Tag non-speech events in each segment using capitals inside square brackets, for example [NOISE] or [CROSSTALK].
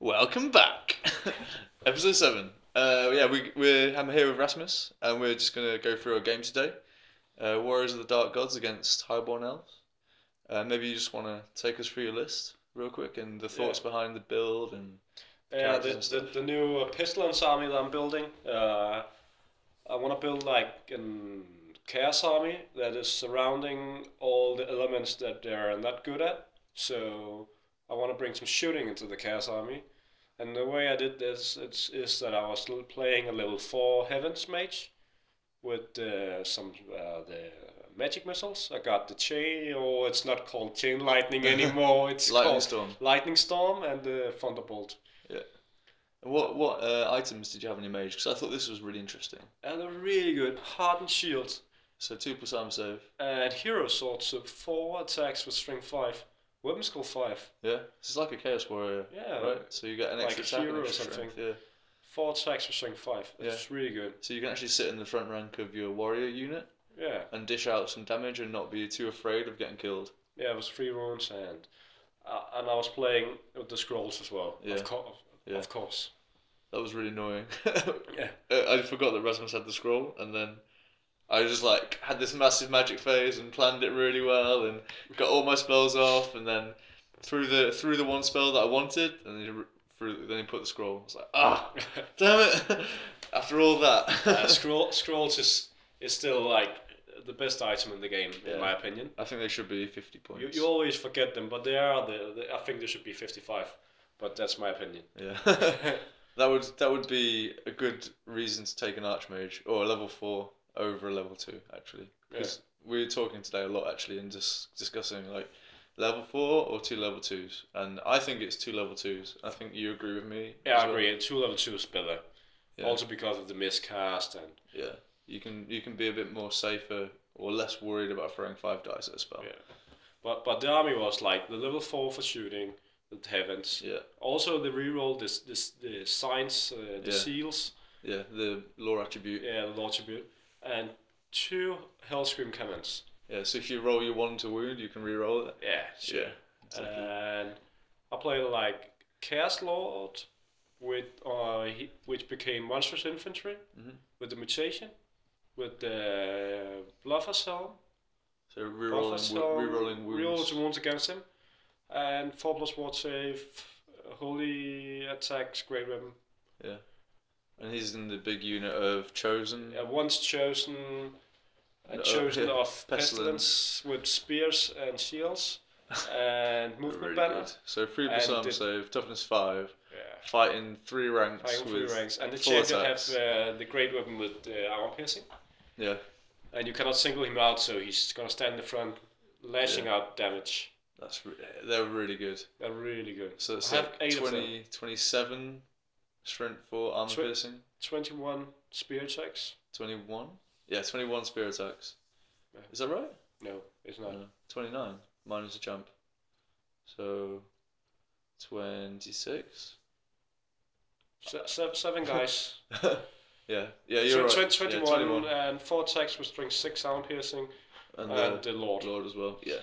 Welcome back. [LAUGHS] Episode 7. Uh, yeah, we, we're, I'm here with Rasmus, and we're just going to go through our game today. Uh, Warriors of the Dark Gods against Highborn Elves. Uh, maybe you just want to take us through your list real quick and the thoughts behind the build and Yeah, Uh, the, characters the, the new uh, Pestilence army that I'm building, uh, I want to build like an Chaos army that is surrounding all the elements that they're not good at. So I want to bring some shooting into the Chaos army. And the way I did this it's, is that I was l- playing a little 4 Heavens Mage with uh, some uh, the magic missiles. I got the chain, or it's not called [LAUGHS] chain lightning anymore, it's Lightning called Storm. lightning storm and the thunderbolt. What what uh, items did you have in your mage? Because I thought this was really interesting. And they're really good. Hardened shield Uh, So two plus armor save. and hero sword. So four attacks with string five. Weapon skill five. Yeah, this is like a chaos warrior. Yeah. Right. So you get an Like extra a attack, hero and or extra something. strength. Yeah. Four attacks with string five. It's really good. So you can actually sit in the front rank of your warrior unit Yeah. and dish out some damage and not be too afraid of getting killed. Yeah, it was three wounds and uh, and I was playing with the scrolls as well. Yeah. Of, co- Yeah. of course. That was really annoying. [LAUGHS] Yeah. Uh, I forgot that Rasmus had the scroll, and then I just like had this massive magic phase and planned it really well, and got all my spells off, and then threw the threw the one spell that I wanted, and then he, re- threw, then he put the scroll. I was like, ah, damn it! [LAUGHS] After all [LAUGHS] uh, [LAUGHS] that, scroll scrolls is is still like the best item in the game Yeah. in my opinion. I think they should be fifty points. You, you always forget them, but they are the, the I think they should be fifty five. But that's my opinion. Yeah. [LAUGHS] that would that would be a good reason to take an archmage or a level four over a level two actually. Because we were talking today a lot actually and just discussing like level four or two level twos, and I think it's two level twos. I think you agree with me. Yeah, as I well. agree. Two level two is better. Yeah. Also because of the miscast and Yeah, you can you can be a bit more safer or less worried about throwing five dice at a spell. Yeah. but but the army was like the level four for shooting the heavens. Yeah, Also the reroll this this the signs uh, the Yeah. seals yeah. The lore attribute. yeah the lord tribute and two hellscream cannons. Yeah. So if you roll your one to wound, you can re-roll it. Yeah. Uh, Yeah. Exactly. And I played like chaos lord with uh he, which became monstrous infantry Mhm. with the mutation with the bluffer helm so re-rolling, wo- Buffalo, re-rolling wounds. Rerolls wounds against him. And 4 plus ward save, holy attacks, great weapon. And he's in the big unit of Chosen. Uh, once chosen, uh, No, chosen yeah, of pestilence. pestilence. with spears and shields [LAUGHS] and They're movement really banner. good. So three plus And arm did- save, toughness five, Yeah. fighting three ranks Fighting with three ranks. And the four champion have attacks. uh, the great weapon with uh, armor piercing. yeah. And you cannot single him out, so he's gonna stand in the front, lashing out damage. That's re- they're really good. They're really good. So it's I have like eight of them. 20, 27 strength for armor Twe- piercing, 21 spear attacks. twenty one. Yeah, twenty one spear attacks. Yeah. Is that right? No, it's not. Twenty nine minus the jump. So twenty six. Se- se- seven guys. [LAUGHS] yeah, yeah, Tw- you're tw- right. Yeah, 21, 21. and four attacks with string six arm piercing and and, the the lord. lord as well. Yeah.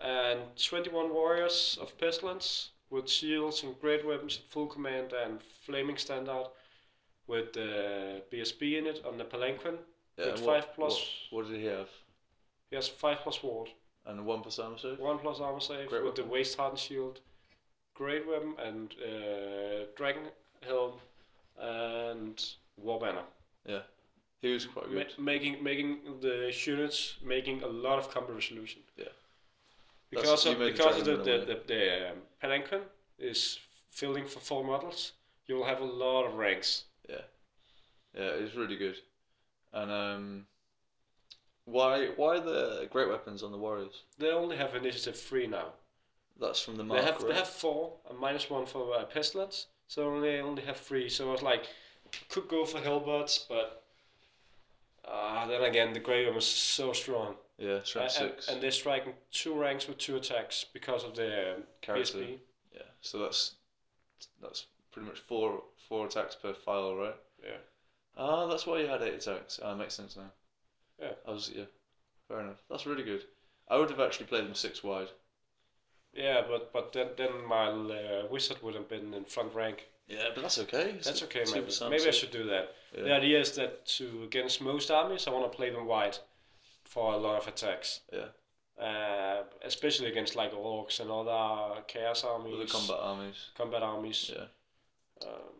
And 21 warriors of pestilence with shields and great weapons, full command and flaming standard with the BSB in it on the palanquin. Yeah, with and five what, plus, What, what did he have? he has five plus ward, And one plus armor save. one plus armor save Great with the waist hardened shield, great weapon and uh, dragon helm and war banner. He was quite Ma- good. making making the units making a lot of combo resolution. Yeah. That's- Because you of, made the because of the dragon the, in a the, the um, palanquin is filling for four models, you'll have a lot of ranks. Yeah, it was really good. And um, why why the great weapons on the warriors? They only have initiative three now. That's from the mark. they have right? they have four and minus one for uh, pestilence, so they only have three. So I was like, could go for hellbirds, but uh, then again the grey is so strong, yeah, strength and, six and they're striking two ranks with two attacks because of their um, character. PSP. Yeah, so that's that's pretty much four four attacks per file, right? Yeah. Ah, that's why you had eight attacks. Ah, makes sense now. Yeah. I was yeah, fair enough. That's really good. I would have actually played them six wide. Yeah, but but then then my uh, wizard would have been in front rank. Yeah, but that's okay. That's okay, Super maybe. Sam Maybe I said. should do that. Yeah. The idea is that to against most armies, I want to play them white for a lot of attacks. Yeah. Uh, especially against like orcs and other chaos armies. With the combat armies. combat armies. Yeah. Um,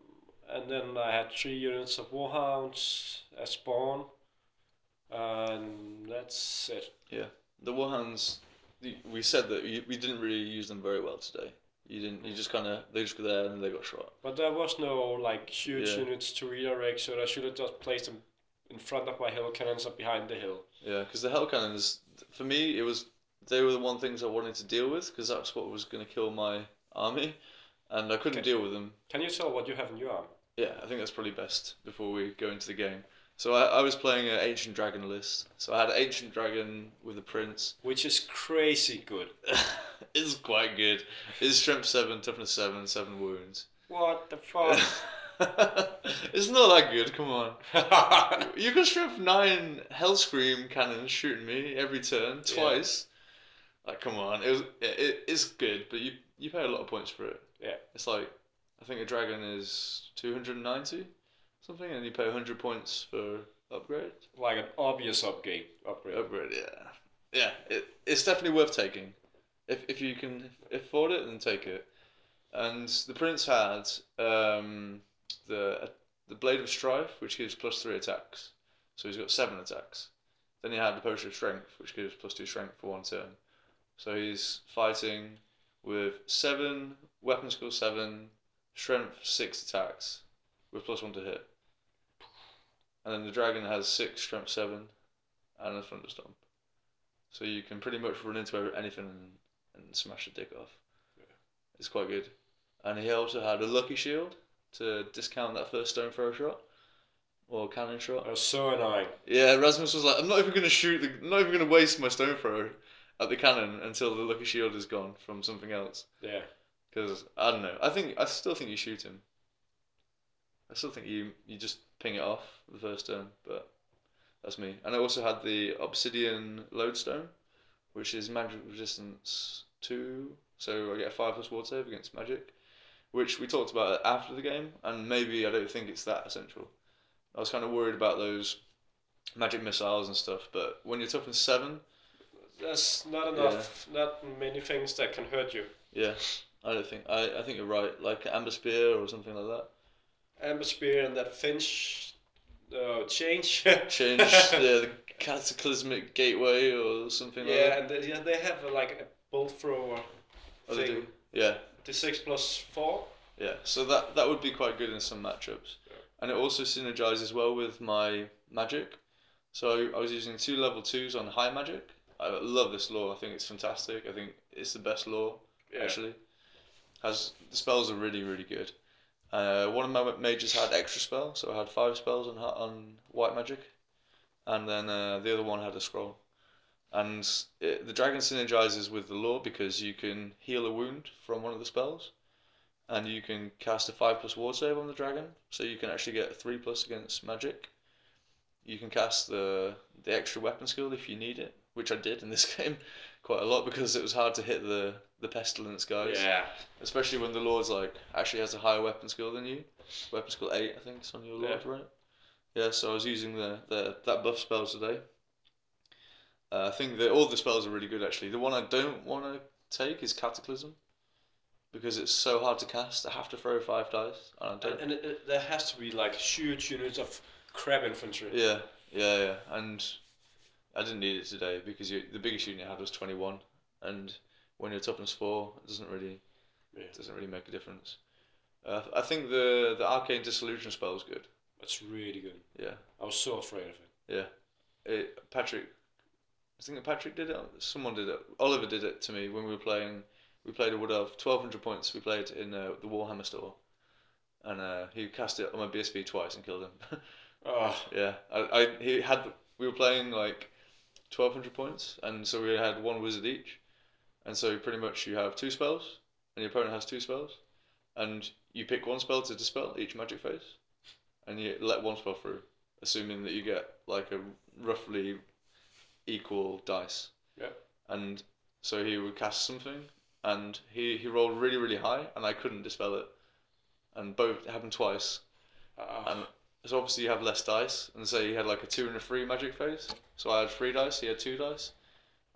and then I had three units of warhounds, a spawn, and that's it. The Warhounds, y- we said that you- we didn't really use them very well today. You didn't. You just kind of they just got there and they got shot. But there was no like huge Yeah. units to redirect, so I should have just placed them in front of my hill cannons or behind the hill. Yeah, because the Hell Cannons, for me, it was they were the one things I wanted to deal with because that's what was going to kill my army, and I couldn't Okay. deal with them. Can you tell what you have in your arm? Yeah, I think that's probably best before we go into the game. So I, I was playing an Ancient Dragon list. So I had Ancient Dragon with a Prince. [LAUGHS] Which is crazy good. it's quite good. It's strength 7, toughness 7, 7 wounds. What the fuck? [LAUGHS] it's not that good, come on. You can strip nine Hell Scream cannons shooting me every turn Yeah. twice. Like, come on, it was it, it it's good, but you you pay a lot of points for it. Yeah. it's like I think a dragon is two hundred and ninety something, and you pay hundred points for upgrade. [LAUGHS] like an obvious upgrade. upgrade. Upgrade, yeah, yeah. It, it's definitely worth taking, if if you can afford it, then take it. And the prince had um, the the blade of strife, which gives plus three attacks, so he's got seven attacks. Then he had the potion of strength, which gives plus two strength for one turn. So he's fighting with seven weapon skill seven, strength six attacks, with plus one to hit. And then the dragon has six strength seven, and a thunderstorm. So you can pretty much run into anything and, and smash the dick off. Yeah. It's quite good. And he also had a lucky shield to discount that first stone throw shot or cannon shot. That was so annoying. Yeah, Rasmus was like, I'm not even gonna shoot the, I'm not even gonna waste my stone throw at the cannon until the lucky shield is gone from something else. Yeah. Because I don't know. I think I still think you shoot him. I still think you you just ping it off the first turn, but that's me. And I also had the obsidian lodestone, which is magic resistance two, so I get a five plus ward save against magic, which we talked about after the game, and maybe I don't think it's that essential. I was kind of worried about those magic missiles and stuff, but when you're toughness seven, There's not enough, not many things that can hurt you. yeah, I don't think I, I think you're right, like amber spear or something like that. Amber Spear and that Finch uh, change. [LAUGHS] change the cataclysmic gateway or something yeah, like and they, yeah, they have uh, like a bolt thrower that. Or Oh, they thing. do. Yeah, The six plus four. yeah. So that that would be quite good in some matchups, Yeah. and it also synergizes well with my magic. So I was using two level twos on high magic. I love this law. I think it's fantastic. I think it's the best law actually. Has the spells are really really good. Uh, one of my mages had extra spell, so I had five spells on ha- on white magic, and then uh, the other one had a scroll. And it, the dragon synergizes with the law because you can heal a wound from one of the spells, and you can cast a five plus ward save on the dragon, so you can actually get a three plus against magic. You can cast the the extra weapon skill if you need it, which I did in this [LAUGHS] game quite a lot because it was hard to hit the the pestilence guys Yeah. especially when the lord's like actually has a higher weapon skill than you. Weapon skill eight, I think, is on your lord, right? Yeah. So I was using the, the that buff spell today. Uh, I think that all the spells are really good actually. The one I don't want to take is Cataclysm, because it's so hard to cast. I have to throw five dice, and I don't. And, and it, it- there has to be like huge units of crab infantry. Yeah, yeah, yeah. And I didn't need it today because you, the biggest unit I had was twenty one, and when you're toughness four, it doesn't really Yeah. doesn't really make a difference. Uh, I think the the arcane dissolution spell is good. That's really good. Yeah, I was so afraid of it. it, Patrick. I think Patrick did it. Someone did it. Oliver did it to me when we were playing. We played a Wood Elf. Twelve hundred points. We played in uh, the Warhammer store, and uh, he cast it on my BSB twice and killed him. [LAUGHS] Oh, Yeah, I, I he had we were playing like twelve hundred points, and so we had one wizard each, and so pretty much you have two spells, and your opponent has two spells, and you pick one spell to dispel each magic phase, and you let one spell through, assuming that you get like a roughly equal dice. Yeah. And so he would cast something, and he, he rolled really really high, and I couldn't dispel it, and both it happened twice. Ah, And so obviously you have less dice, and say he had like a two and a three magic phase. So I had three dice, he had two dice,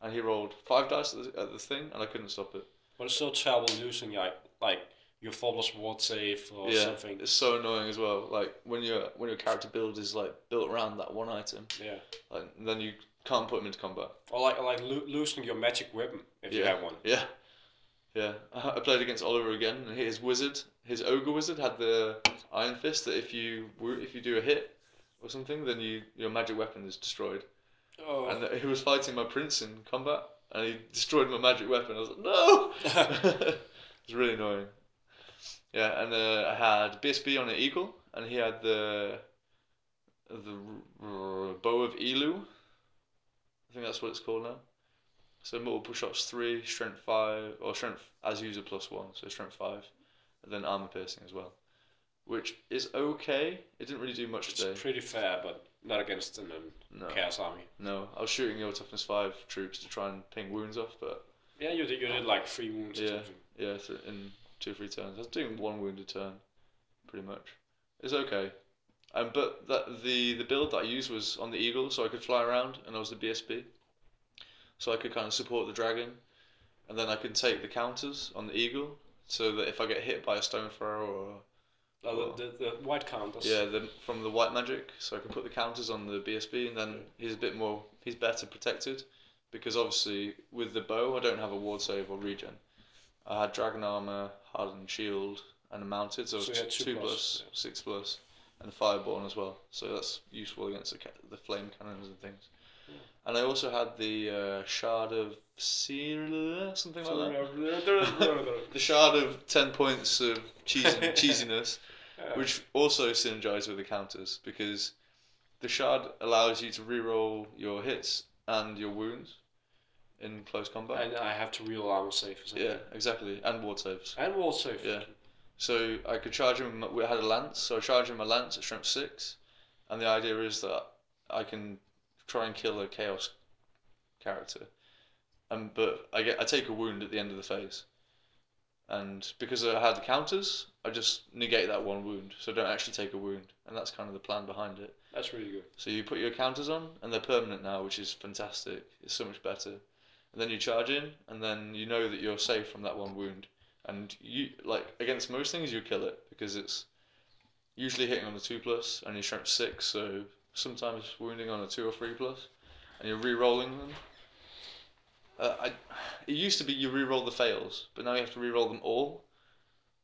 and he rolled five dice at the, at the thing, and I couldn't stop it. but it's so terrible losing like like your flawless ward save or yeah, something. it's so annoying as well. Like when your when your character build is like built around that one item, Yeah, like and then you can't put him into combat. or like like lo- losing your magic weapon if you Yeah. have one. Yeah, yeah. [LAUGHS] I I played against Oliver again, and his wizard, his ogre wizard, had the iron fist that if you wo- if you do a hit or something, then you your magic weapon is destroyed. Oh, And he was fighting my prince in combat, and he destroyed my magic weapon. I was like, no. [LAUGHS] [LAUGHS] it's really annoying. Yeah, and uh, I had BSB on an eagle, and he had the the r- r- bow of Elu. I think that's what it's called now. So multiple shots three, strength five, or strength as user plus one, so strength five, and then armor piercing as well, which is okay. It didn't really do much it's today. pretty fair, but not against an um, No, chaos army. no. I was shooting your toughness five troops to try and ping wounds off, but Yeah, you did. You did like three wounds or Yeah. something. yeah, th- in two or three turns, I was doing one wound a turn, pretty much. It's okay. Um, but that the the build that I used was on the eagle, so I could fly around, and I was the BSB, so I could kind of support the dragon, and then I could take the counters on the eagle, so that if I get hit by a stone throw or Uh, Well. the, the, the white counters. yeah, the, from the white magic, so I can put the counters on the BSB, and then he's a bit more, he's better protected, because obviously with the bow, I don't have a ward save or regen. I had dragon armor, hardened shield, and a mounted, so, So it's you had two two plus, plus, yeah. six plus, and a fireborn as well. So that's useful against the, ca- the flame cannons and things. Yeah. And I also had the uh, shard of Sela, something like that. The shard of ten points of cheese- [LAUGHS] cheesiness Yeah. [LAUGHS] which also synergize with the counters because the shard allows you to reroll your hits and your wounds in close combat. and I have to real armor save or something. yeah, exactly, and ward saves. And wall safe. Yeah. So I could charge him. We had a lance, so I charge him a lance at strength six, and the idea is that I can try and kill a chaos character, and but I get I take a wound at the end of the phase, and because I had the counters, I just negate that one wound, so I don't actually take a wound, and that's kind of the plan behind it. That's really good. So you put your counters on, and they're permanent now, which is fantastic. It's so much better. And then you charge in, and then you know that you're safe from that one wound. And you like against most things, you kill it because it's usually hitting on a two plus, and you strength six, so sometimes wounding on a two or three plus, and you're re-rolling them. Uh, I, it used to be you re-roll the fails, but now you have to re-roll them all.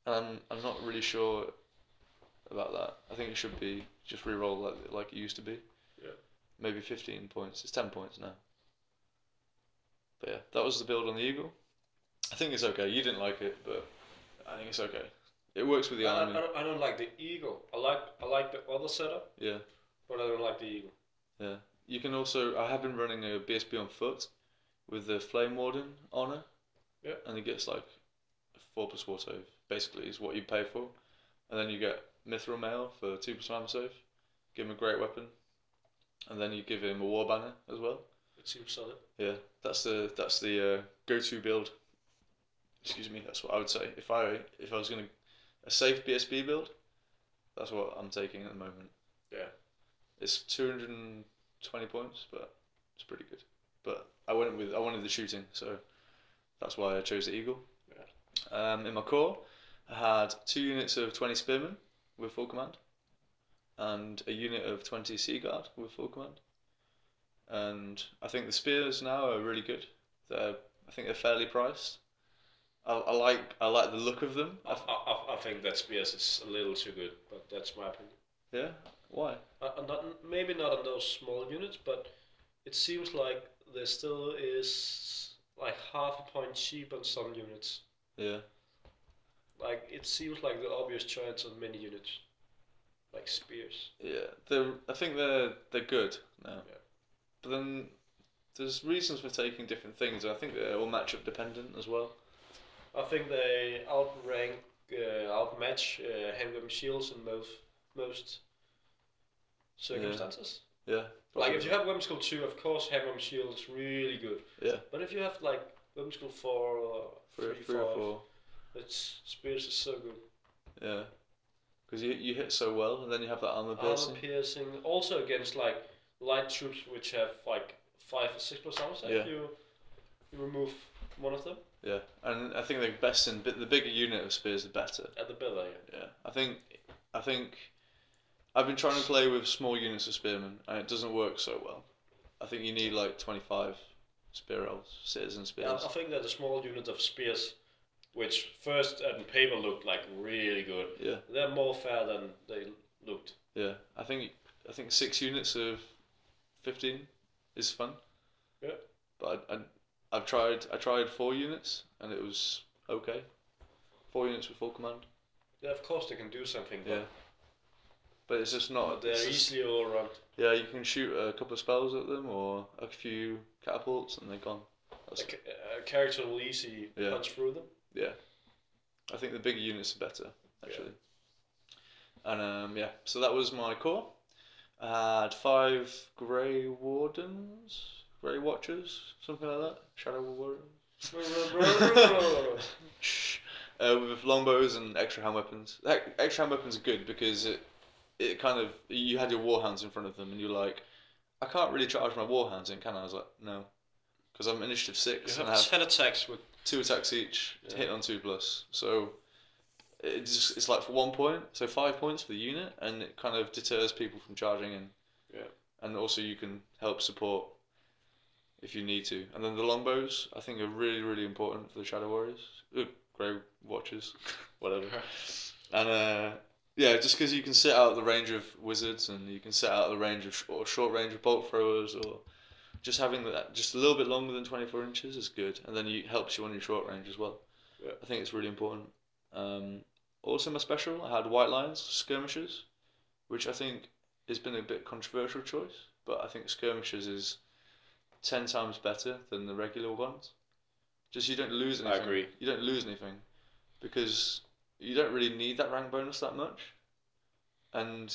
Um, I'm not really sure about that. I think it should be just re-roll like, like it used to be. Yeah. Maybe 15 points. It's 10 points now. But yeah, that was the build on the Eagle. I think it's okay. You didn't like it, but I think it's okay. It works with the I, I, army. don't, I don't like the eagle. I like I like the other setup, Yeah. but I don't like the eagle. Yeah. You can also. I have been running a BSB on foot with the Flame Warden honor. Yeah. And it gets like four plus war save. Basically, is what you pay for, and then you get Mithril Mail for two plus armor save. Give him a great weapon, and then you give him a war banner as well. It seems solid. Yeah. That's the that's the uh, go to build. Excuse me. That's what I would say if I if I was gonna a safe BSB build. That's what I'm taking at the moment. Yeah. It's two hundred and twenty points, but it's pretty good. But I went with I wanted the shooting, so that's why I chose the eagle. Um, in my core, I had two units of twenty spearmen with full command, and a unit of twenty sea guard with full command. And I think the spears now are really good. They're I think they're fairly priced. I, I like I like the look of them. I, I, I- I think that Spears is a little too good, but that's my opinion. Yeah. Why? Uh, uh, not, maybe not on those small units, but it seems like there still is like half a point cheap on some units. Yeah. Like it seems like the obvious choice on many units, like Spears. Yeah, they're. I think they're they're good now. Yeah. But then there's reasons for taking different things. and I think they're all matchup dependent as well. I think they outrank, uh, outmatch uh, handgun shields in most most circumstances. Yeah. Like if you have Whimsical 2, of course handgun shield is really good. Yeah. But if you have like Weapon skill four or Three, three, three or five. four. It's spirits is so good. Yeah. Because you, you hit so well, and then you have that armor piercing. Armor piercing. Also against like light troops which have like five or six plus armor set, Yeah. you you remove one of them yeah. And I think the best in the bigger unit of spears, the better. and the better. Yeah. Yeah. I think, I think, I've been trying to play with small units of spearmen, and it doesn't work so well. I think you need like twenty five spear elves, citizen Yeah, spears. I think that a small unit of spears, which first on paper looked like really good, Yeah. they're more fair than they looked. Yeah, I think I think six units of fifteen is fun. Yeah. But I, I I've tried I tried four units and it was okay. Four units with full command. Yeah, of course they can do something, but Yeah. Oh, But it's just not. they're it's just- easily overrun. yeah, you can shoot a couple of spells at them or a few catapults and they're gone. A, That's it. ca- uh, a character will easily Yeah. punch through them. I think the bigger units are better actually. And um, yeah, so that was my core. I had five Grey Wardens, Grey Watchers, something like that. Shadow Warriors. [LAUGHS] Shh. uh, with longbows and extra hand weapons. Ex- Extra hand weapons are good because it, it kind of you had your warhounds in front of them and you're like, I can't really charge my warhounds in, can I? I was like, no, because I'm initiative you six and I have have ten attacks with two attacks each, Yeah. hit on two plus. So it's just, it's like for one point, so five points for the unit, and it kind of deters people from charging in. Yeah. And also you can help support if you need to. And then the longbows, I think, are really really important for the shadow warriors, Ooh, grey watchers, [LAUGHS] whatever. [LAUGHS] And uh, yeah, just because you can set out the range of wizards, and you can set out the range of sh- or short range of bolt throwers, or just having that just a little bit longer than twenty four inches is good, and then it helps you on your short range as well. Yeah. I think it's really important. Um, also, my special I had white lions skirmishers, which I think has been a bit controversial choice, but I think skirmishers is ten times better than the regular ones. Just you don't lose I anything. agree. You don't lose anything because you don't really need that rank bonus that much. And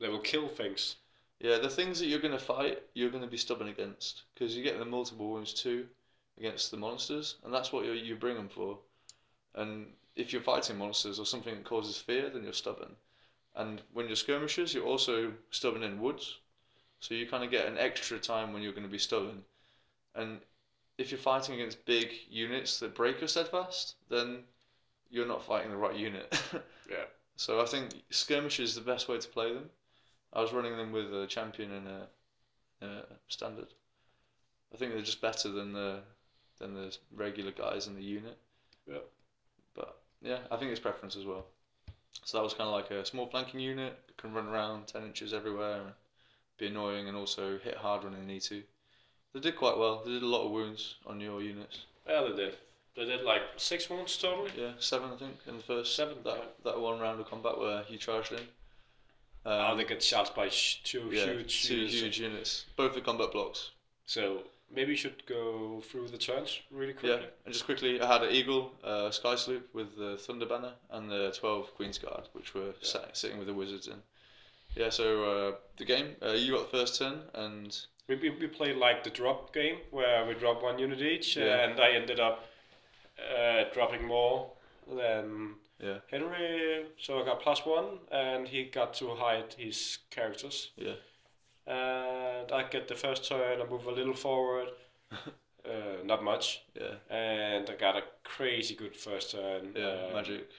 they will kill things. yeah, the things that you're going to fight, you're going to be stubborn against because you get the multiple wounds too against the monsters, and that's what you you bring them for. And if you're fighting monsters or something that causes fear, then you're stubborn. And when you're skirmishers, you're also stubborn in woods, so you kind of get an extra time when you're going to be stubborn. And if you're fighting against big units that break your steadfast, then you're not fighting the right unit. [LAUGHS] Yeah. So I think skirmish is the best way to play them. I was running them with a champion and a, a standard. I think they're just better than the than the regular guys in the unit. Yeah. But yeah, I think it's preference as well. So that was kind of like a small flanking unit can run around ten inches everywhere and be annoying and also hit hard when they need to. They did quite well. They did a lot of wounds on your units. Yeah, they did. They did like six wounds total. Yeah, seven I think in the first Seven, that yeah. that one round of combat where you charged in. oh, Um, they get charged by sh- two yeah, huge two units. huge units, both the combat blocks. So maybe you should go through the turns really Yeah, quickly. and just quickly, I had an eagle, uh, sky sloop with the thunder banner, and the twelve queen's guard, which were sat, sitting with the wizards in. Yeah, so uh, the game, uh, you got the first turn, and We, we, we played like the drop game where we drop one unit each, Yeah. and I ended up uh, dropping more than Yeah. Henry. So I got plus one, and he got to hide his characters. Yeah. And Uh, I get the first turn, I move a little [LAUGHS] forward, uh, not much, yeah, and I got a crazy good first turn. yeah, uh, magic.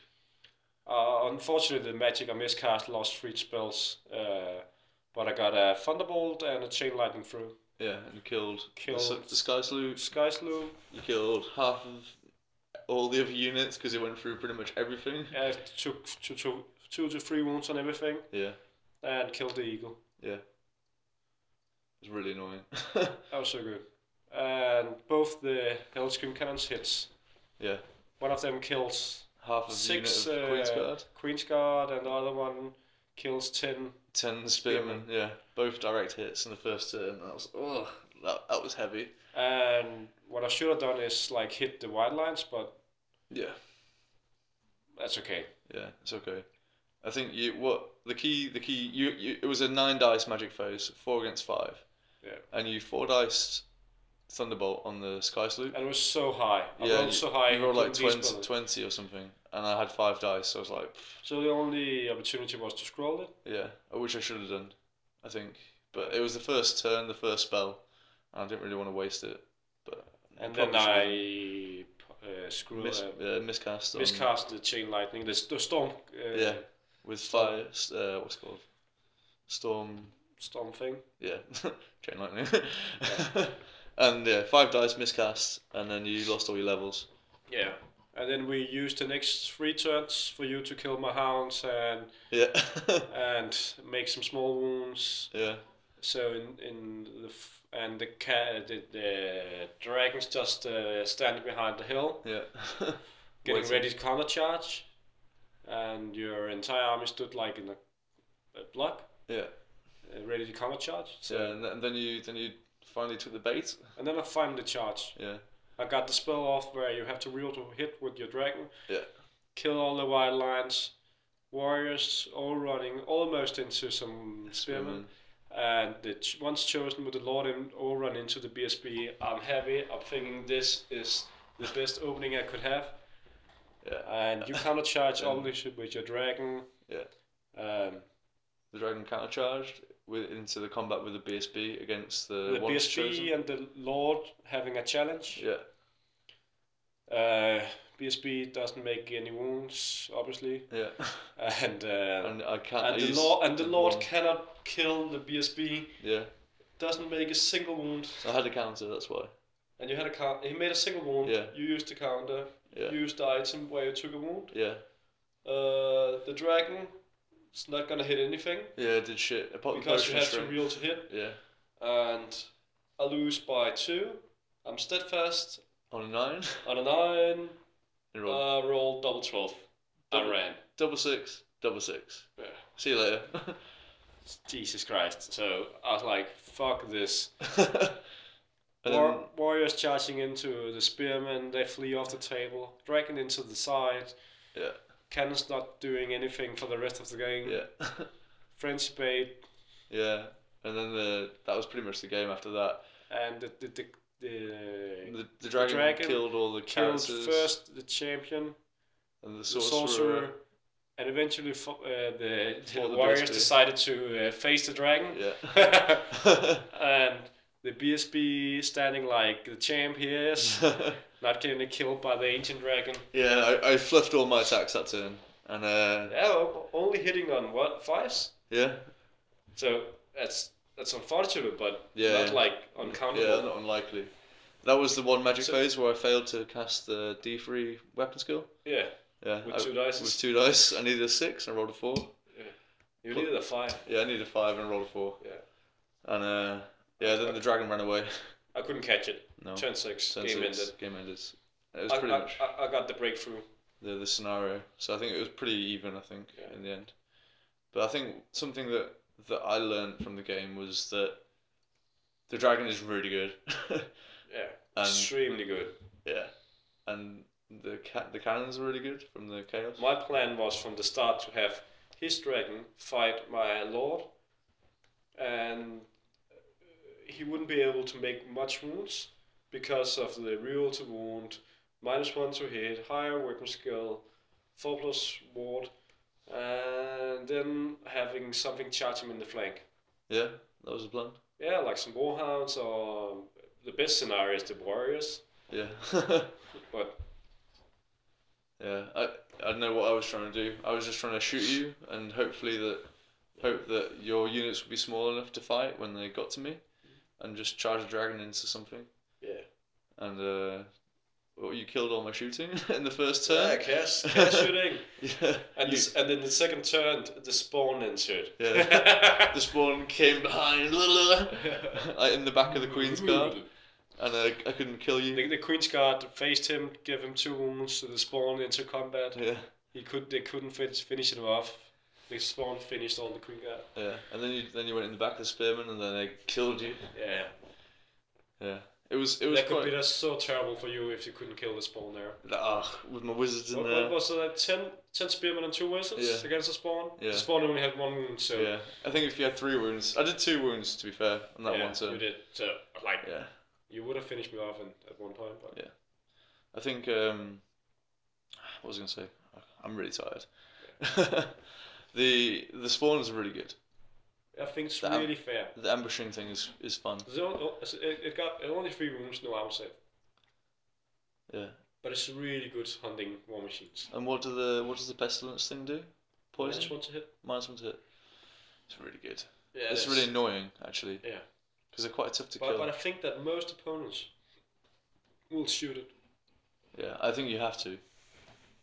Uh, unfortunately, the magic I miscast lost three spells, uh, but I got a thunderbolt and a chain lightning through. Yeah, and you killed, the, s- Killed the sky sloop. Sky Sloop. You killed half of all the other units because it went through pretty much everything. I took two, two, two to three wounds on everything Yeah, and killed the eagle. it's really annoying. [LAUGHS] That was so good. And both the Hellscream cannons hits. yeah, One of them kills half of the Six, unit of queen's uh, guard. Queen's Guard, and the other one kills ten. 10 spearmen, yeah. Both direct hits in the first turn. That was, oh, that, that was heavy. And what I should have done is like hit the white lines, but Yeah. that's okay. Yeah, it's okay. I think you what the key the key you, you it was a nine dice magic phase, four against five. Yeah. And you four dice Thunderbolt on the Sky Sloop. and it was so high. I yeah, rolled so high. you I rolled like couldn't be 20, spotted. 20 or something, and I had five dice, so I was like, pff, So the only opportunity was to scroll it. yeah, I wish I should have done, I think. But it was the first turn, the first spell, and I didn't really want to waste it. But And then probably I uh, screw, should've mis- uh, yeah, miscast on- miscast the chain lightning, the, s- the storm, uh, Yeah. with fire. s- Uh, what's it called storm? storm thing. Yeah, [LAUGHS] chain lightning. [LAUGHS] and yeah, five dice miscast, and then you lost all your levels. Yeah. And then we used the next three turns for you to kill my hounds and Yeah, [LAUGHS] and make some small wounds. yeah, So in in the f- and the cat the, the dragons just uh, standing behind the hill, yeah. [LAUGHS] getting Waiting. ready to counter charge, and your entire army stood like in a, a block, Yeah, uh, ready to counter charge. So yeah, and th- then you then you finally took the bait. and then I finally charged. Yeah, I got the spell off where you have to reel to hit with your dragon. Yeah. Kill all the wild lions, warriors all running almost into some spearmen. Spearman. and the ch- once chosen with the Lord and all run into the BSB. I'm happy. I'm thinking this is the best opening I could have. Yeah, And you cannot [LAUGHS] charge Um, only sh- with your dragon. Yeah. Um, the dragon countercharged with into the combat with the BSB against the, the one BSB chosen. and the Lord having a challenge. Yeah, Uh, BSB doesn't make any wounds, obviously, yeah, [LAUGHS] and uh, and Mm-hmm. I can't. I and, the used Lord and the Lord one- cannot kill the BSB. Yeah, Doesn't make a single wound. I had a counter. That's why. And you had a count. He made a single wound. Yeah. You used the counter. Yeah. You used the item where you took a wound. Yeah, Uh, the dragon. It's not gonna hit anything yeah, I did shit. Apart because potion you have to string. reel to hit, Yeah, and I lose by two. I'm steadfast on a nine. [LAUGHS] on a nine. You I roll uh, roll double twelve. I Double- ran. double six, double six. Yeah. See you later. [LAUGHS] Jesus Christ! So I was like, "Fuck this." and War- then, warriors charging into the spearmen, they flee off the table, dragging into the side. Yeah. Cannon's not doing anything for the rest of the game. yeah, [LAUGHS] French bait yeah, and then the that was pretty much the game after that. and the the, the, the The, the, dragon dragon killed all the killed characters first the champion, and the the sorcerer. sorcerer, and eventually fo- uh, the, the Fought the eh? warriors BSB. decided to uh, face the dragon. [LAUGHS] and the BSB standing like the champ he is, Yeah. not getting killed by the ancient dragon. [LAUGHS] yeah, I, I fluffed all my attacks that turn, and uh, Yeah, o- only hitting on what fives. yeah, So that's that's unfortunate, but Yeah, not yeah. like yeah, uncountable. not unlikely. That was the one magic So- phase where I failed to cast the D three weapon skill. Yeah, Yeah, with I- two dice. with two dice, I needed a six and I rolled a four. you needed a five. Yeah, I needed a five and I rolled a four. Yeah. And uh, yeah, then the dragon ran away. [LAUGHS] I couldn't catch it. No. Turn six, Turn game six, ended. Game ended. It was I, pretty I, much I, I got the breakthrough. the, the scenario. So I think it was pretty even. I think Yeah. in the end, but I think something that that I learned from the game was that the dragon is really good, [LAUGHS] Yeah, and extremely good. yeah, and the ca- the cannons are really good from the chaos. My plan was from the start to have his dragon fight my lord, and uh, he wouldn't be able to make much wounds because of the real to wound, minus one to hit, higher weapon skill, four plus ward, and then having something charge him in the flank. Yeah, that was the plan. Yeah, like some warhounds or the best scenario is the warriors, Yeah. [LAUGHS] but Yeah, I I don't know what I was trying to do. I was just trying to shoot you and hopefully that hope that your units would be small enough to fight when they got to me, and just charge a dragon into something. yeah. And uh, well, you killed all my shooting [LAUGHS] in the first Yeah, turn. uh, cash, cash shooting. [LAUGHS] Yeah, And, you- this, and then the second turn, the spawn entered. [LAUGHS] the spawn came behind, like in the back of the queen's guard, and I, I couldn't kill you. The, the queen's guard faced him, gave him two wounds. So the spawn into combat. Yeah, He could, they couldn't finish, finish him off. The spawn finished all the queen guard. yeah. And then you then you went in the back of the spearman, and then they killed you. Yeah, Yeah, it was it was that could quite. be that's so terrible for you if you couldn't kill the spawn there. Ah, with my wizards in What, there. what was it? Like 10, 10 spearmen and two wizards Yeah. against the spawn. Yeah. The spawn only had one wound, so Yeah, I think if you had three wounds, I did two wounds to be fair on that yeah, one. So you did. So like yeah, You would have finished me off in, at one point, but I think um, what was I gonna say? I'm really tired. [LAUGHS] the the spawners are really good. I think it's Damn. really fair. The ambushing thing is, is fun. There's on- oh, it's- It, it got it only three rooms, no outside, Yeah. but it's really good hunting war machines. And what do the what does the pestilence thing do? Poison? Poison. just want to hit. Minus one to hit. It's really good. Yeah, it's that's- really annoying actually. Yeah. Because they're quite tough to But, kill. but I think that most opponents will shoot it. Yeah, I think you have to.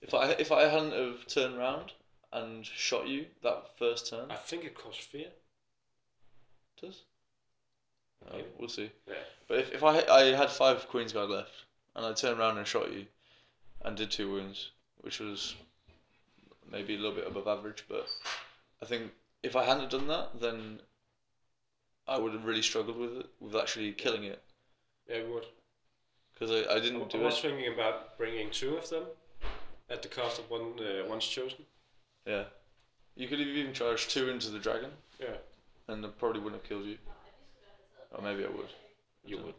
If I if I hadn't have turned round and shot you that first turn, I think it costs fear. does. Oh, Maybe. we'll see. Yeah. But if, if I I had five queens guard left and I turned round and shot you, and did two wounds, which was maybe a little bit above average, but I think if I hadn't have done that, then I would have really struggled with it, with actually killing it, Yeah, it would. because I, I I, didn't I do was it. thinking about bringing two of them at the cost of one uh, one's chosen. Yeah. You could have even charged two into the dragon. Yeah. and I probably wouldn't have killed you. Or maybe I would. You Yeah. would.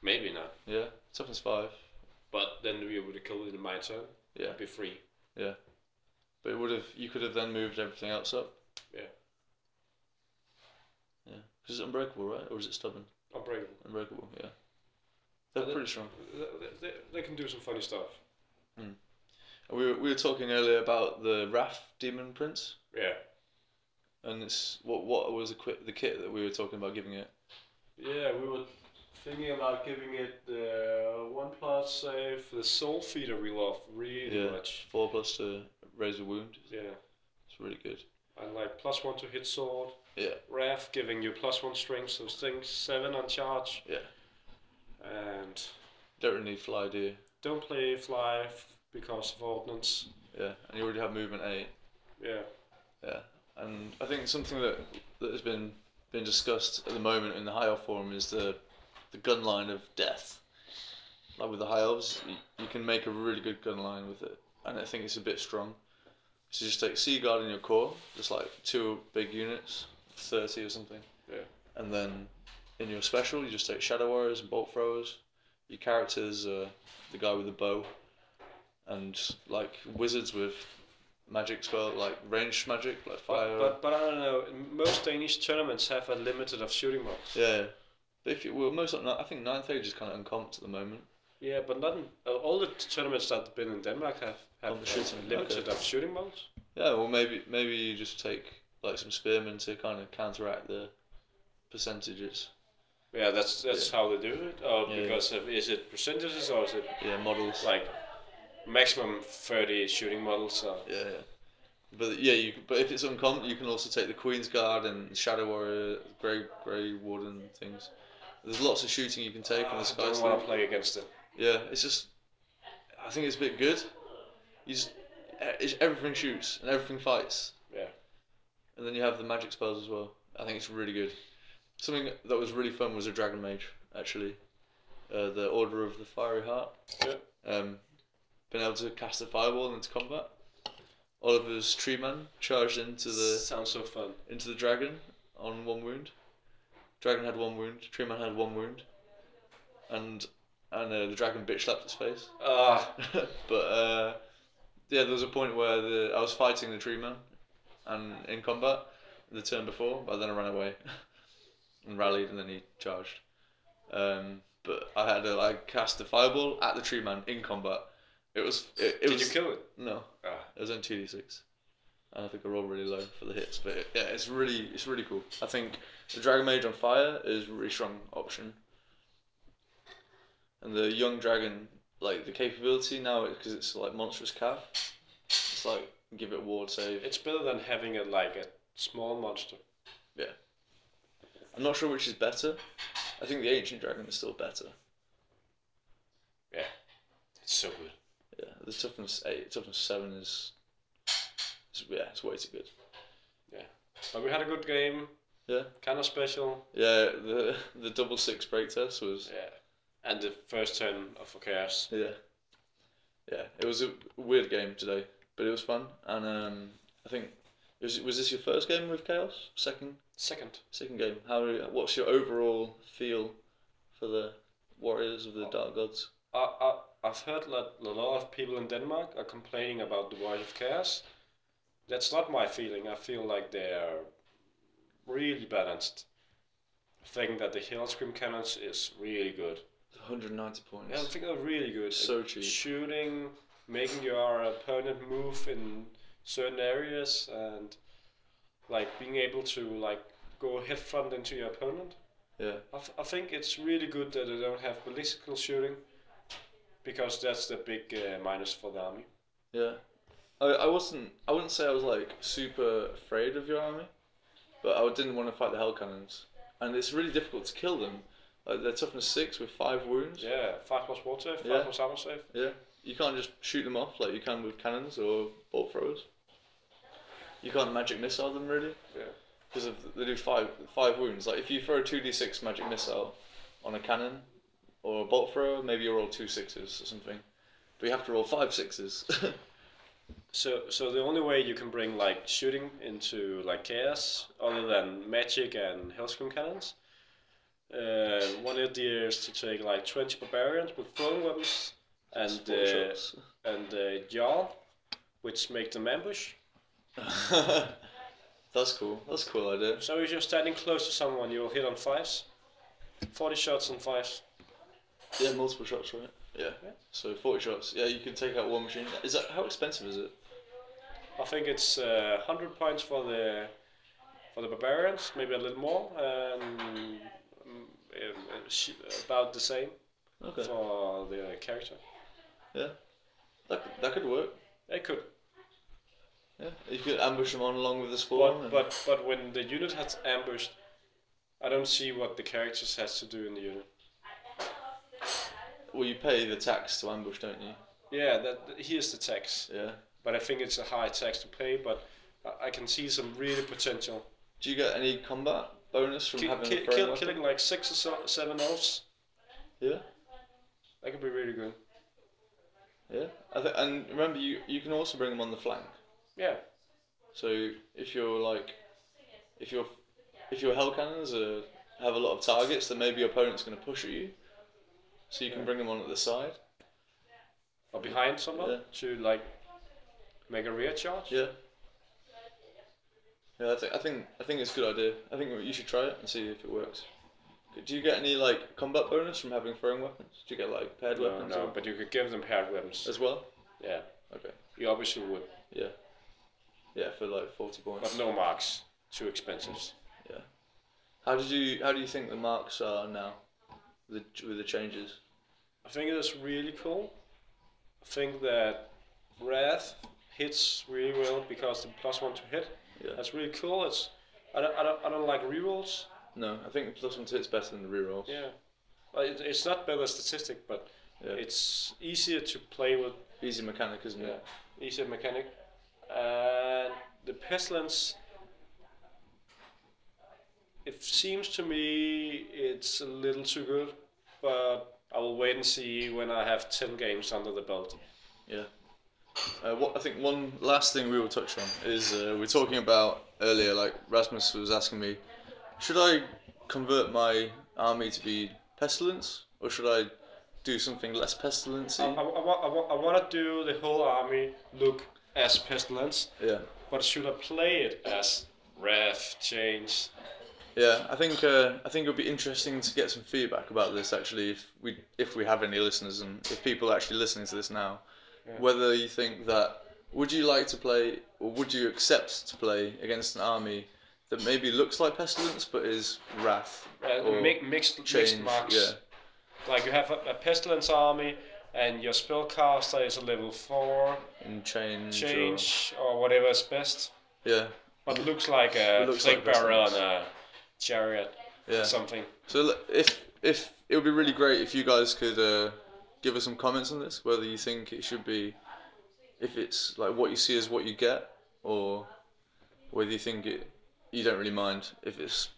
Maybe not. Yeah, toughness five. But then we would have killed it in my turn. Yeah, I'd be free. but it would have. You could have then moved everything else up. Yeah. Yeah, because it's unbreakable, right? Or is it stubborn? Unbreakable. Unbreakable. Yeah. They're Uh, the- pretty strong. They, they, they can do some funny stuff. And We were, we were talking earlier about the Raf Demon Prince, Yeah. and it's what what was the kit the kit that we were talking about giving it. Yeah, we were thinking about giving it the one plus save, the soul feeder we love really Yeah. much. Four plus to raise a wound. Yeah. It's really good. And like plus one to hit sword. Yeah. Raf giving you plus one strength, so things seven on charge. Yeah. And Don't really need fly, do you? don't play fly f- because of ordnance. Yeah, and you already have movement eight. Yeah. Yeah, and I think something that that has been been discussed at the moment in the high elf forum is the the gun line of death. Like with the high elves, you, you can make a really good gun line with it, and I think it's a bit strong. So just take sea guard in your core, just like two big units, thirty or something. Yeah. And then in your special, you just take shadow warriors and bolt throwers. Your characters, uh, the guy with the bow, and like wizards with magic spell, like ranged magic, like fire. But, but but I don't know. Most Danish tournaments have a limited of shooting mods. Yeah. But if you well, most of, I think ninth age is kind of uncommon at the moment. Yeah, but not in, uh, all the tournaments that have been in Denmark have have Of shooting, a limited okay. of shooting mods. Yeah, well maybe maybe you just take like some spearmen to kind of counteract the percentages. Yeah, that's that's how they do it. Or Yeah. because of, is it percentages or is it Yeah, models. like maximum thirty shooting models? uh, Or, Yeah, yeah. But yeah, you but if it's uncommon, you can also take the Queen's Guard and Shadow Warrior, Grey Grey Warden things. There's lots of shooting you can take in Ah, I the Sky don't want Slope. to play against it. Yeah, it's just I think it's a bit good. You just eh, it's, everything shoots and everything fights. Yeah. And then you have the magic spells as well. I think it's really good. Something that was really fun was a dragon mage actually, uh, the Order of the Fiery Heart. Yeah. Um, been able to cast a fireball into combat. Oliver's tree man charged into the Sounds so fun. into the dragon on one wound. Dragon had one wound. Tree man had one wound. And and uh, the dragon bitch slapped its face. [LAUGHS] Ah, but uh, yeah, there was a point where the I was fighting the tree man, and in combat, the turn before, but then I ran away, [LAUGHS] and rallied, and then he charged. Um, but I had to like cast a fireball at the tree man in combat. It was it, it did was you kill it? no, Ah. it was on two d six. And I think I rolled really low for the hits, but it, yeah, it's really it's really cool. I think the Dragon Mage on fire is a really strong option. And the young dragon, like the capability now, because it's like monstrous calf, it's like give it ward save. It's better than having it like a small monster. I'm not sure which is better. I think the ancient dragon is still better. It's so good. Yeah, the toughness eight, toughness seven is, is yeah, it's way too good. But we had a good game. Yeah. Kind of special. Yeah, the the double six break test was Yeah. And the first turn of chaos. Yeah. Yeah, it was a weird game today, but it was fun. And um, I think was was this your first game with Chaos? Second, Second. second game. How what's your overall feel for the warriors of the dark gods. I, I, I've heard that a lot of people in Denmark are complaining about the Voyage of Chaos. That's not my feeling. I feel like they're really balanced. I think that the Hailscream cannons is really good. 190 points. Yeah, I think they're really good. So cheap. Shooting, making your opponent move in certain areas, and like being able to like go headfront into your opponent. Yeah. I, th- I think it's really good that they don't have ballistical shooting because that's the big uh, minus for the army. Yeah. I, I wasn't I wouldn't say I was like super afraid of your army, but I didn't want to fight the hell cannons. And it's really difficult to kill them. Like they're toughness six with five wounds. Yeah, 5 plus water, 5 Yeah. plus armor save. Yeah. You can't just shoot them off like you can with cannons or bolt throwers. You can't magic missile them really Yeah. because they do five five wounds. Like if you throw a two d six magic missile on a cannon or a bolt thrower, maybe you roll two sixes or something, but you have to roll five sixes. [LAUGHS] So, so the only way you can bring like shooting into like chaos, other than magic and hellscream cannons, uh, one idea is to take like twenty barbarians with throwing weapons and Four uh, shots. [LAUGHS] and uh, jarl, which make them ambush. That's cool. That's a cool idea. So if you're standing close to someone, you'll hit on fives. Forty shots on fives. Yeah, multiple shots, right? Yeah. Yeah. So forty shots. Yeah, you can take out one machine. Is that how expensive is it? I think it's uh, hundred points for the for the barbarians, maybe a little more, and um, um, sh- about the same. Okay. for the character. Yeah. That could, that could work. It could, Yeah. You could ambush them on along with the spawn. but and- but but when the unit has ambushed, I don't see what the characters has to do in the unit. well, you pay the tax to ambush, don't you? Yeah, that here's the tax, Yeah. but I think it's a high tax to pay. But I, I can see some really potential. Do you get any combat bonus from Ki- having ki- a throwing kill, weapon? killing like six or so, seven elves, Yeah. that could be really good. Yeah. I th- and remember, you you can also bring them on the flank. Yeah, So if you're like, if your if your hell cannons are, have a lot of targets, then maybe your opponent's going to push at you. So you can Yeah. bring them on at the side. or behind someone Yeah. to like make a rear charge. Yeah. Yeah, I think I think I think it's a good idea. I think you should try it and see if it works. Do you get any like combat bonus from having throwing weapons? Do you get like paired No, weapons no, or- but you could give them paired weapons. as well? Yeah, Okay. you obviously would, Yeah. Yeah, for like forty points. but no marks. Too expensive. How did you How do you think the marks are now? The with the changes. I think it's really cool. I think that Wrath hits really well because the plus one to hit. Yeah. That's really cool. It's I don't, I don't, I don't like rerolls. No, I think plus one to hit's better than the reroll. Yeah. Well, it, it's not better statistic, but Yeah. it's easier to play with. Easy mechanic, isn't it? Easier mechanic. And the pestilence. It seems to me it's a little too good, but I will wait and see when I have ten games under the belt. Uh, what I think one last thing we will touch on is uh, we are talking about earlier. Like Rasmus was asking me, should I convert my army to be pestilence, or should I do something less I, pestilency? I, want to do the whole army look as pestilence, Yeah, but should I play it as Wrath Change? yeah. I think uh, I think it would be interesting to get some feedback about this actually. If we if we have any listeners and if people are actually listening to this now, Yeah. whether you think that would you like to play or would you accept to play against an army that maybe looks like pestilence but is wrath Uh, Or mi- mixed, change? mixed marks. Yeah. Like you have a, a pestilence army, and your spellcaster is a level 4 and change. or- change or, whatever is best, yeah, but looks like a Mm. It looks plague like bearer pestilence. on a chariot yeah. or something. So l- if if it would be really great if you guys could uh, give us some comments on this, whether you think it should be, if it's like what you see is what you get, or whether you think it you don't really mind if it's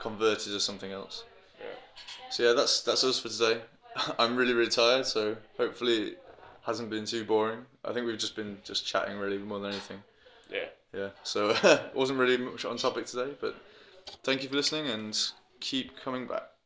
converted or something else. Yeah. So yeah, that's that's us for today. [LAUGHS] I'm really really tired, so hopefully it hasn't been too boring. I think we've just been just chatting really more than anything. Yeah. Yeah, [LAUGHS] so it wasn't really much on topic today, but thank you for listening and keep coming back.